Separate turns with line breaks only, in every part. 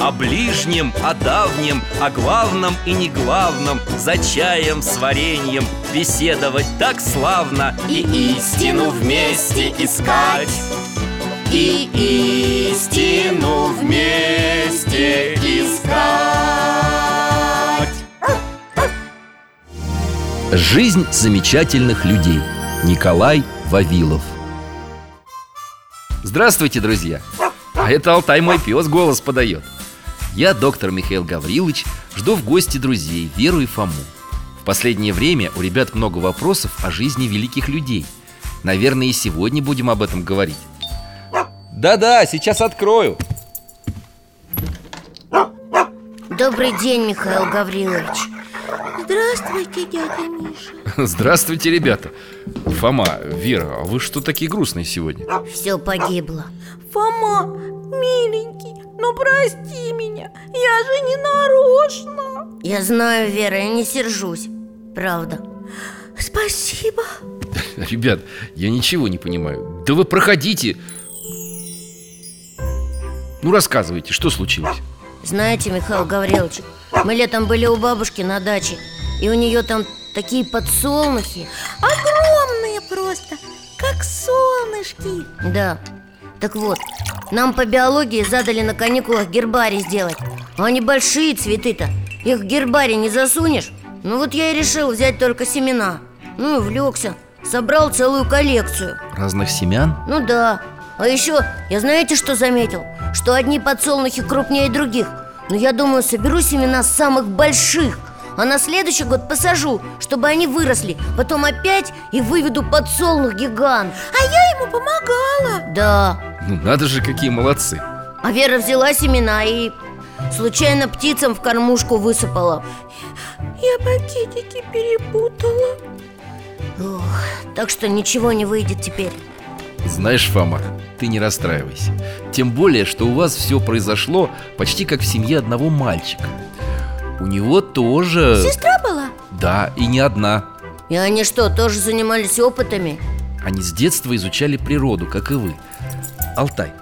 О ближнем, о давнем, о главном и не главном За чаем с вареньем беседовать так славно
И истину вместе искать.
И истину вместе искать Жизнь замечательных людей Николай Вавилов Здравствуйте, друзья! А это Алтай мой пес голос подает Я, доктор Михаил Гаврилович, жду в гости друзей Веру и Фому В последнее время у ребят много вопросов о жизни великих людей Наверное, и сегодня будем об этом говорить Да-да, сейчас открою
Добрый день, Михаил Гаврилович
Здравствуйте, дядя Миша
Здравствуйте, ребята Фома, Вера, а вы что такие грустные сегодня?
Все погибло
Фома, миленький, ну прости меня, я же не нарочно
Я знаю, Вера, я не сержусь Правда
Спасибо
Ребят, я ничего не понимаю Да вы проходите Ну рассказывайте, что случилось?
Знаете, Михаил Гаврилович, мы летом были у бабушки на даче И у нее там такие подсолнухи
Огромные просто, как солнышки
Да, так вот, нам по биологии задали на каникулах гербарий сделать А они большие цветы-то, их в гербарий не засунешь Ну вот я и решил взять только семена Ну и влекся, собрал целую коллекцию
Разных семян?
Ну да. А еще, я знаете, что заметил? Что одни подсолнухи крупнее других. Но я думаю, соберу семена самых больших. А на следующий год посажу, чтобы они выросли. Потом опять и выведу подсолнух гигант.
А я ему помогала
Да.
Ну надо же, какие молодцы
А Вера взяла семена и случайно птицам в кормушку высыпала.
Я пакетики перепутала
Ох, так что ничего не выйдет теперь.
Знаешь, Фома, ты не расстраивайся Тем более, что у вас все произошло почти как в семье одного мальчика У него тоже...
Сестра была?
Да, и не одна
И они что, тоже занимались опытами?
Они с детства изучали природу, как и вы Алтай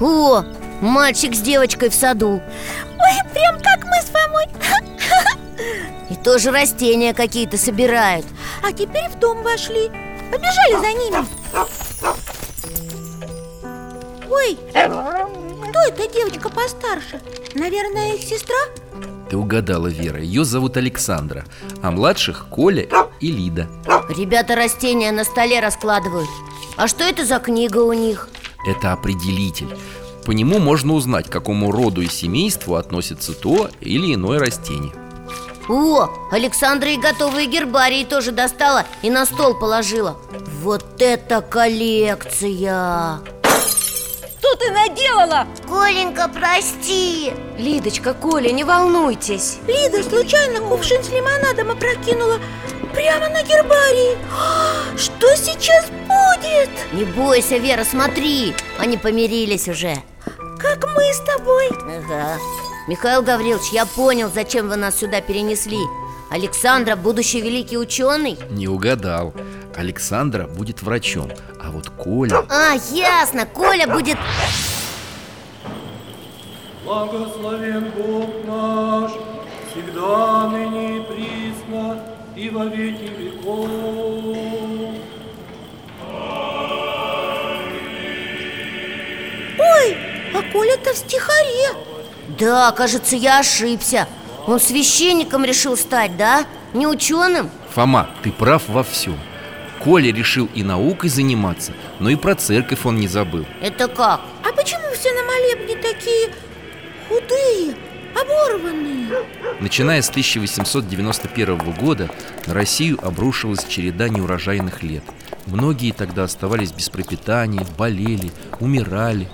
О, мальчик с девочкой в саду.
Ой, прям как мы с Фомой
И тоже растения какие-то собирают.
А теперь в дом вошли Побежали за ними Ой, кто эта девочка постарше? Наверное, их сестра?
Ты угадала, Вера, ее зовут Александра А младших Коля и Лида
Ребята растения на столе раскладывают А что это за книга у них?
Это определитель По нему можно узнать, к какому роду и семейству относится то или иное растение
О, Александра и готовые гербарии тоже достала и на стол положила Вот это коллекция!
Что ты наделала?
Коленька, прости! Лидочка, Коля, не волнуйтесь
Лида случайно кувшин с лимонадом опрокинула Прямо на гербарии А, Что сейчас будет?
Не бойся, Вера, смотри, они помирились уже
Как мы с тобой
Ага. Михаил Гаврилович, я понял, зачем вы нас сюда перенесли. Александра, будущий великий ученый?
Не угадал Александра будет врачом А вот Коля...
А, ясно, Коля будет...
Благословен Бог наш, всегда ныне и присно, и во веки веков.
Ой, а Коля-то в стихаре
Да, кажется, я ошибся. Он священником решил стать, да? Не ученым?
Фома, ты прав во всем Коля решил и наукой заниматься, но и про церковь он не забыл
Это как?
А почему все на молебне такие худые? оборванные.
Начиная с 1891 года на Россию обрушилась череда неурожайных лет. Многие тогда оставались без пропитания, болели, умирали.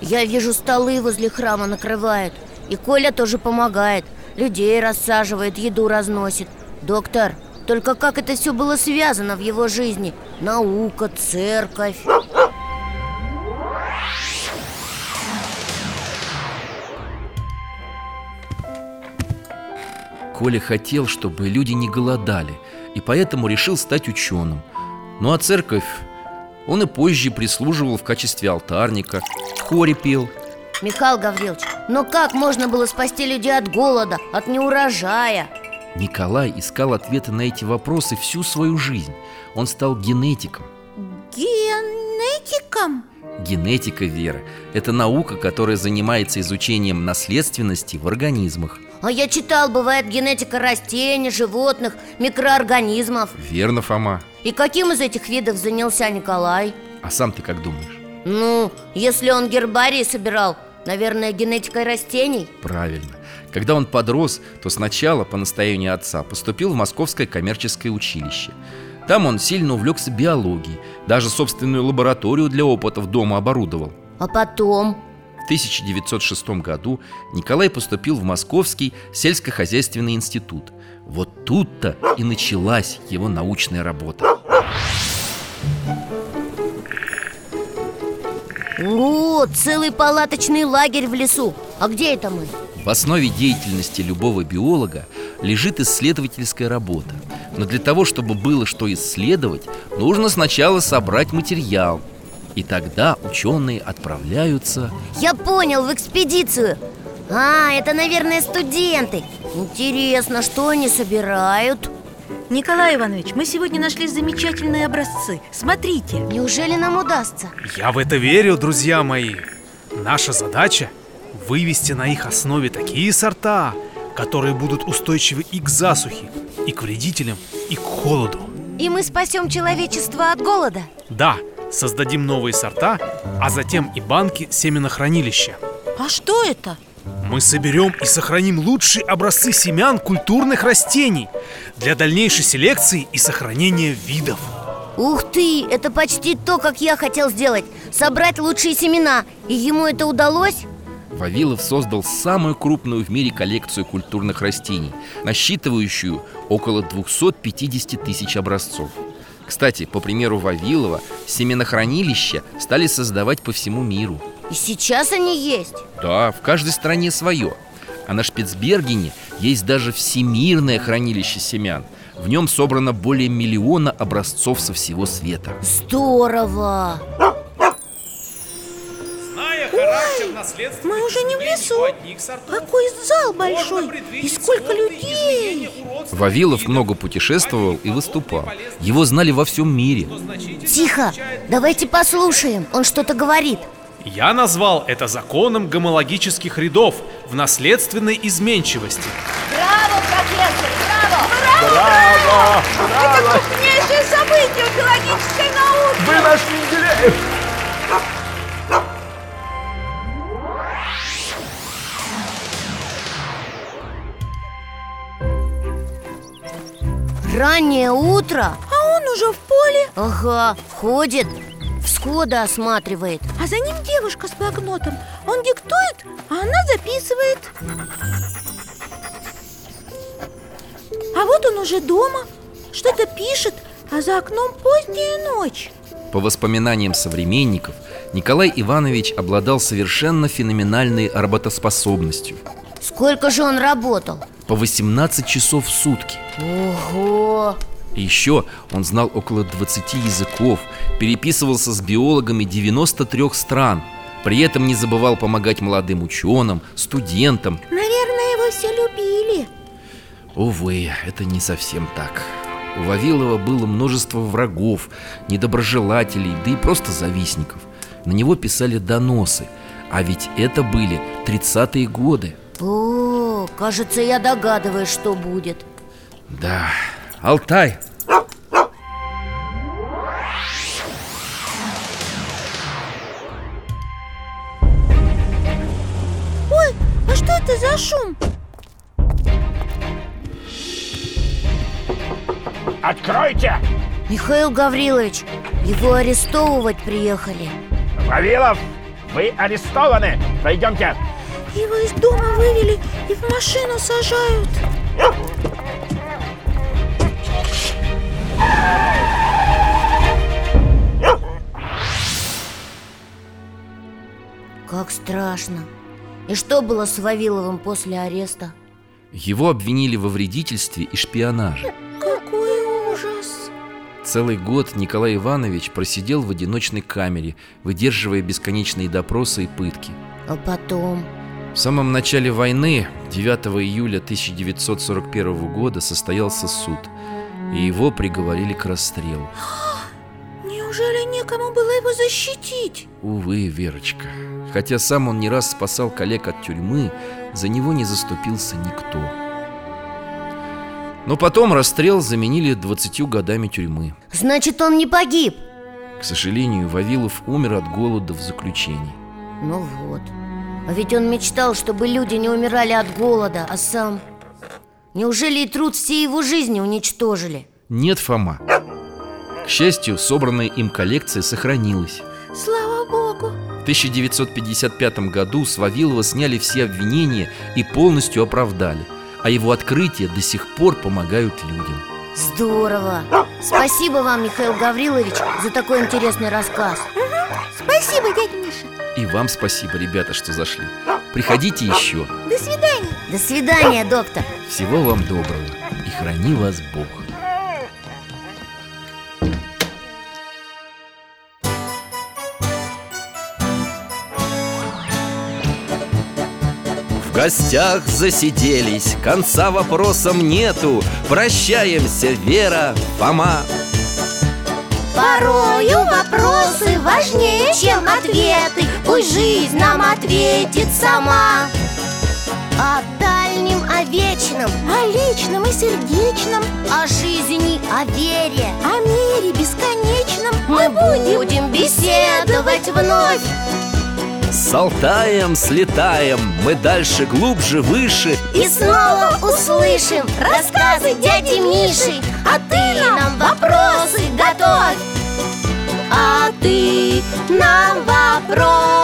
Я вижу, столы возле храма накрывают И Коля тоже помогает Людей рассаживает, еду разносит Доктор, только как это все было связано в его жизни? Наука, церковь
Коля хотел, чтобы люди не голодали, и поэтому решил стать ученым. Ну а церковь он и позже прислуживал в качестве алтарника, в хоре пел.
Михаил Гаврилович, но как можно было спасти людей от голода, от неурожая?
Николай искал ответы на эти вопросы всю свою жизнь. Он стал генетиком.
Генетиком?
Генетика, Вера, это наука, которая занимается изучением наследственности в организмах.
А я читал, бывает генетика растений, животных, микроорганизмов
Верно, Фома.
И каким из этих видов занялся Николай?
А сам ты как думаешь?
Ну, если он гербарий собирал, наверное, генетикой растений
Правильно. Когда он подрос, то сначала, по настоянию отца, поступил в Московское коммерческое училище. Там он сильно увлекся биологией, даже собственную лабораторию для опытов дома оборудовал.
А потом?
В 1906 году Николай поступил в Московский сельскохозяйственный институт. Вот тут-то и началась его научная работа.
О, целый палаточный лагерь в лесу А где это мы?
В основе деятельности любого биолога лежит исследовательская работа. Но для того, чтобы было что исследовать, нужно сначала собрать материал. И тогда ученые отправляются...
Я понял, в экспедицию А, это, наверное, студенты Интересно, что они собирают?
Николай Иванович, мы сегодня нашли замечательные образцы. Смотрите.
Неужели нам удастся?
Я в это верю, друзья мои. Наша задача – вывести на их основе такие сорта, которые будут устойчивы и к засухе, и к вредителям, и к холоду.
И мы спасем человечество от голода
Да, создадим новые сорта, а затем и банки семенохранилища.
А что это?
Мы соберем и сохраним лучшие образцы семян культурных растений для дальнейшей селекции и сохранения видов.
Ух ты, это почти то, как я хотел сделать Собрать лучшие семена И ему это удалось?
Вавилов создал самую крупную в мире коллекцию культурных растений, насчитывающую около 250 тысяч образцов. Кстати, по примеру Вавилова, семенохранилища стали создавать по всему миру.
И сейчас они есть
Да, в каждой стране свое. А на Шпицбергене есть даже всемирное хранилище семян. В нем собрано более миллиона образцов со всего света.
Здорово!
Зная характер наследства
мы уже не в лесу. Какой зал большой! И сколько людей!
Вавилов много путешествовал и выступал. Его знали во всем мире.
Тихо, давайте послушаем, он что-то говорит
Я назвал это законом гомологических рядов в наследственной изменчивости.
Браво, профессор! Браво! Это крупнейшее событие в биологической науке!
Вы нашли Менделеев!
Раннее утро?
А он уже в поле,
Ага, ходит, всходы осматривает
а за ним девушка с блокнотом. Он диктует, а она записывает. А вот он уже дома, что-то пишет, а за окном поздняя ночь.
По воспоминаниям современников, Николай Иванович обладал совершенно феноменальной работоспособностью.
Сколько же он работал?
По 18 часов в сутки.
Ого!
И еще он знал около 20 языков, переписывался с биологами 93 стран. При этом не забывал помогать молодым ученым, студентам.
Наверное, его все любили.
Увы, это не совсем так. У Вавилова было множество врагов, недоброжелателей, да и просто завистников. На него писали доносы, а ведь это были 30-е годы.
О, кажется, я догадываюсь, что будет
Да, Алтай,
А что это за шум?
Откройте!
Михаил Гаврилович, его арестовывать приехали
Вавилов, вы арестованы! Пойдемте!
Его из дома вывели и в машину сажают.
Как страшно И что было с Вавиловым после ареста?
Его обвинили во вредительстве и шпионаже.
Какой ужас!
Целый год Николай Иванович просидел в одиночной камере, выдерживая бесконечные допросы и пытки.
А потом?
В самом начале войны, 9 июля 1941 года, состоялся суд, и его приговорили к расстрелу.
Неужели некому было его защитить?
Увы, Верочка. Хотя сам он не раз спасал коллег от тюрьмы, за него не заступился никто. Но потом расстрел заменили 20 годами тюрьмы.
Значит, он не погиб
К сожалению, Вавилов умер от голода в заключении.
Ну вот А ведь он мечтал, чтобы люди не умирали от голода А сам... Неужели и труд всей его жизни уничтожили?
Нет Фома. К счастью, собранная им коллекция сохранилась.
Слава богу!
В 1955 году с Вавилова сняли все обвинения и полностью оправдали. А его открытия до сих пор помогают людям.
Здорово! Спасибо вам, Михаил Гаврилович, за такой интересный рассказ
Спасибо, дядя Миша!
И вам спасибо, ребята, что зашли. Приходите еще.
До свидания!
До свидания, доктор
Всего вам доброго и храни вас Бог. В гостях засиделись, конца вопросам нету. Прощаемся, Вера, Фома.
Порою вопросы важнее, чем ответы Пусть жизнь нам ответит сама О дальнем, о вечном,
О личном и сердечном,
о жизни, о вере
о мире бесконечном
Мы будем беседовать вновь
С Алтаем слетаем, мы дальше, глубже, выше.
И снова услышим рассказы дяди Миши А ты нам вопросы готовь А ты нам вопросы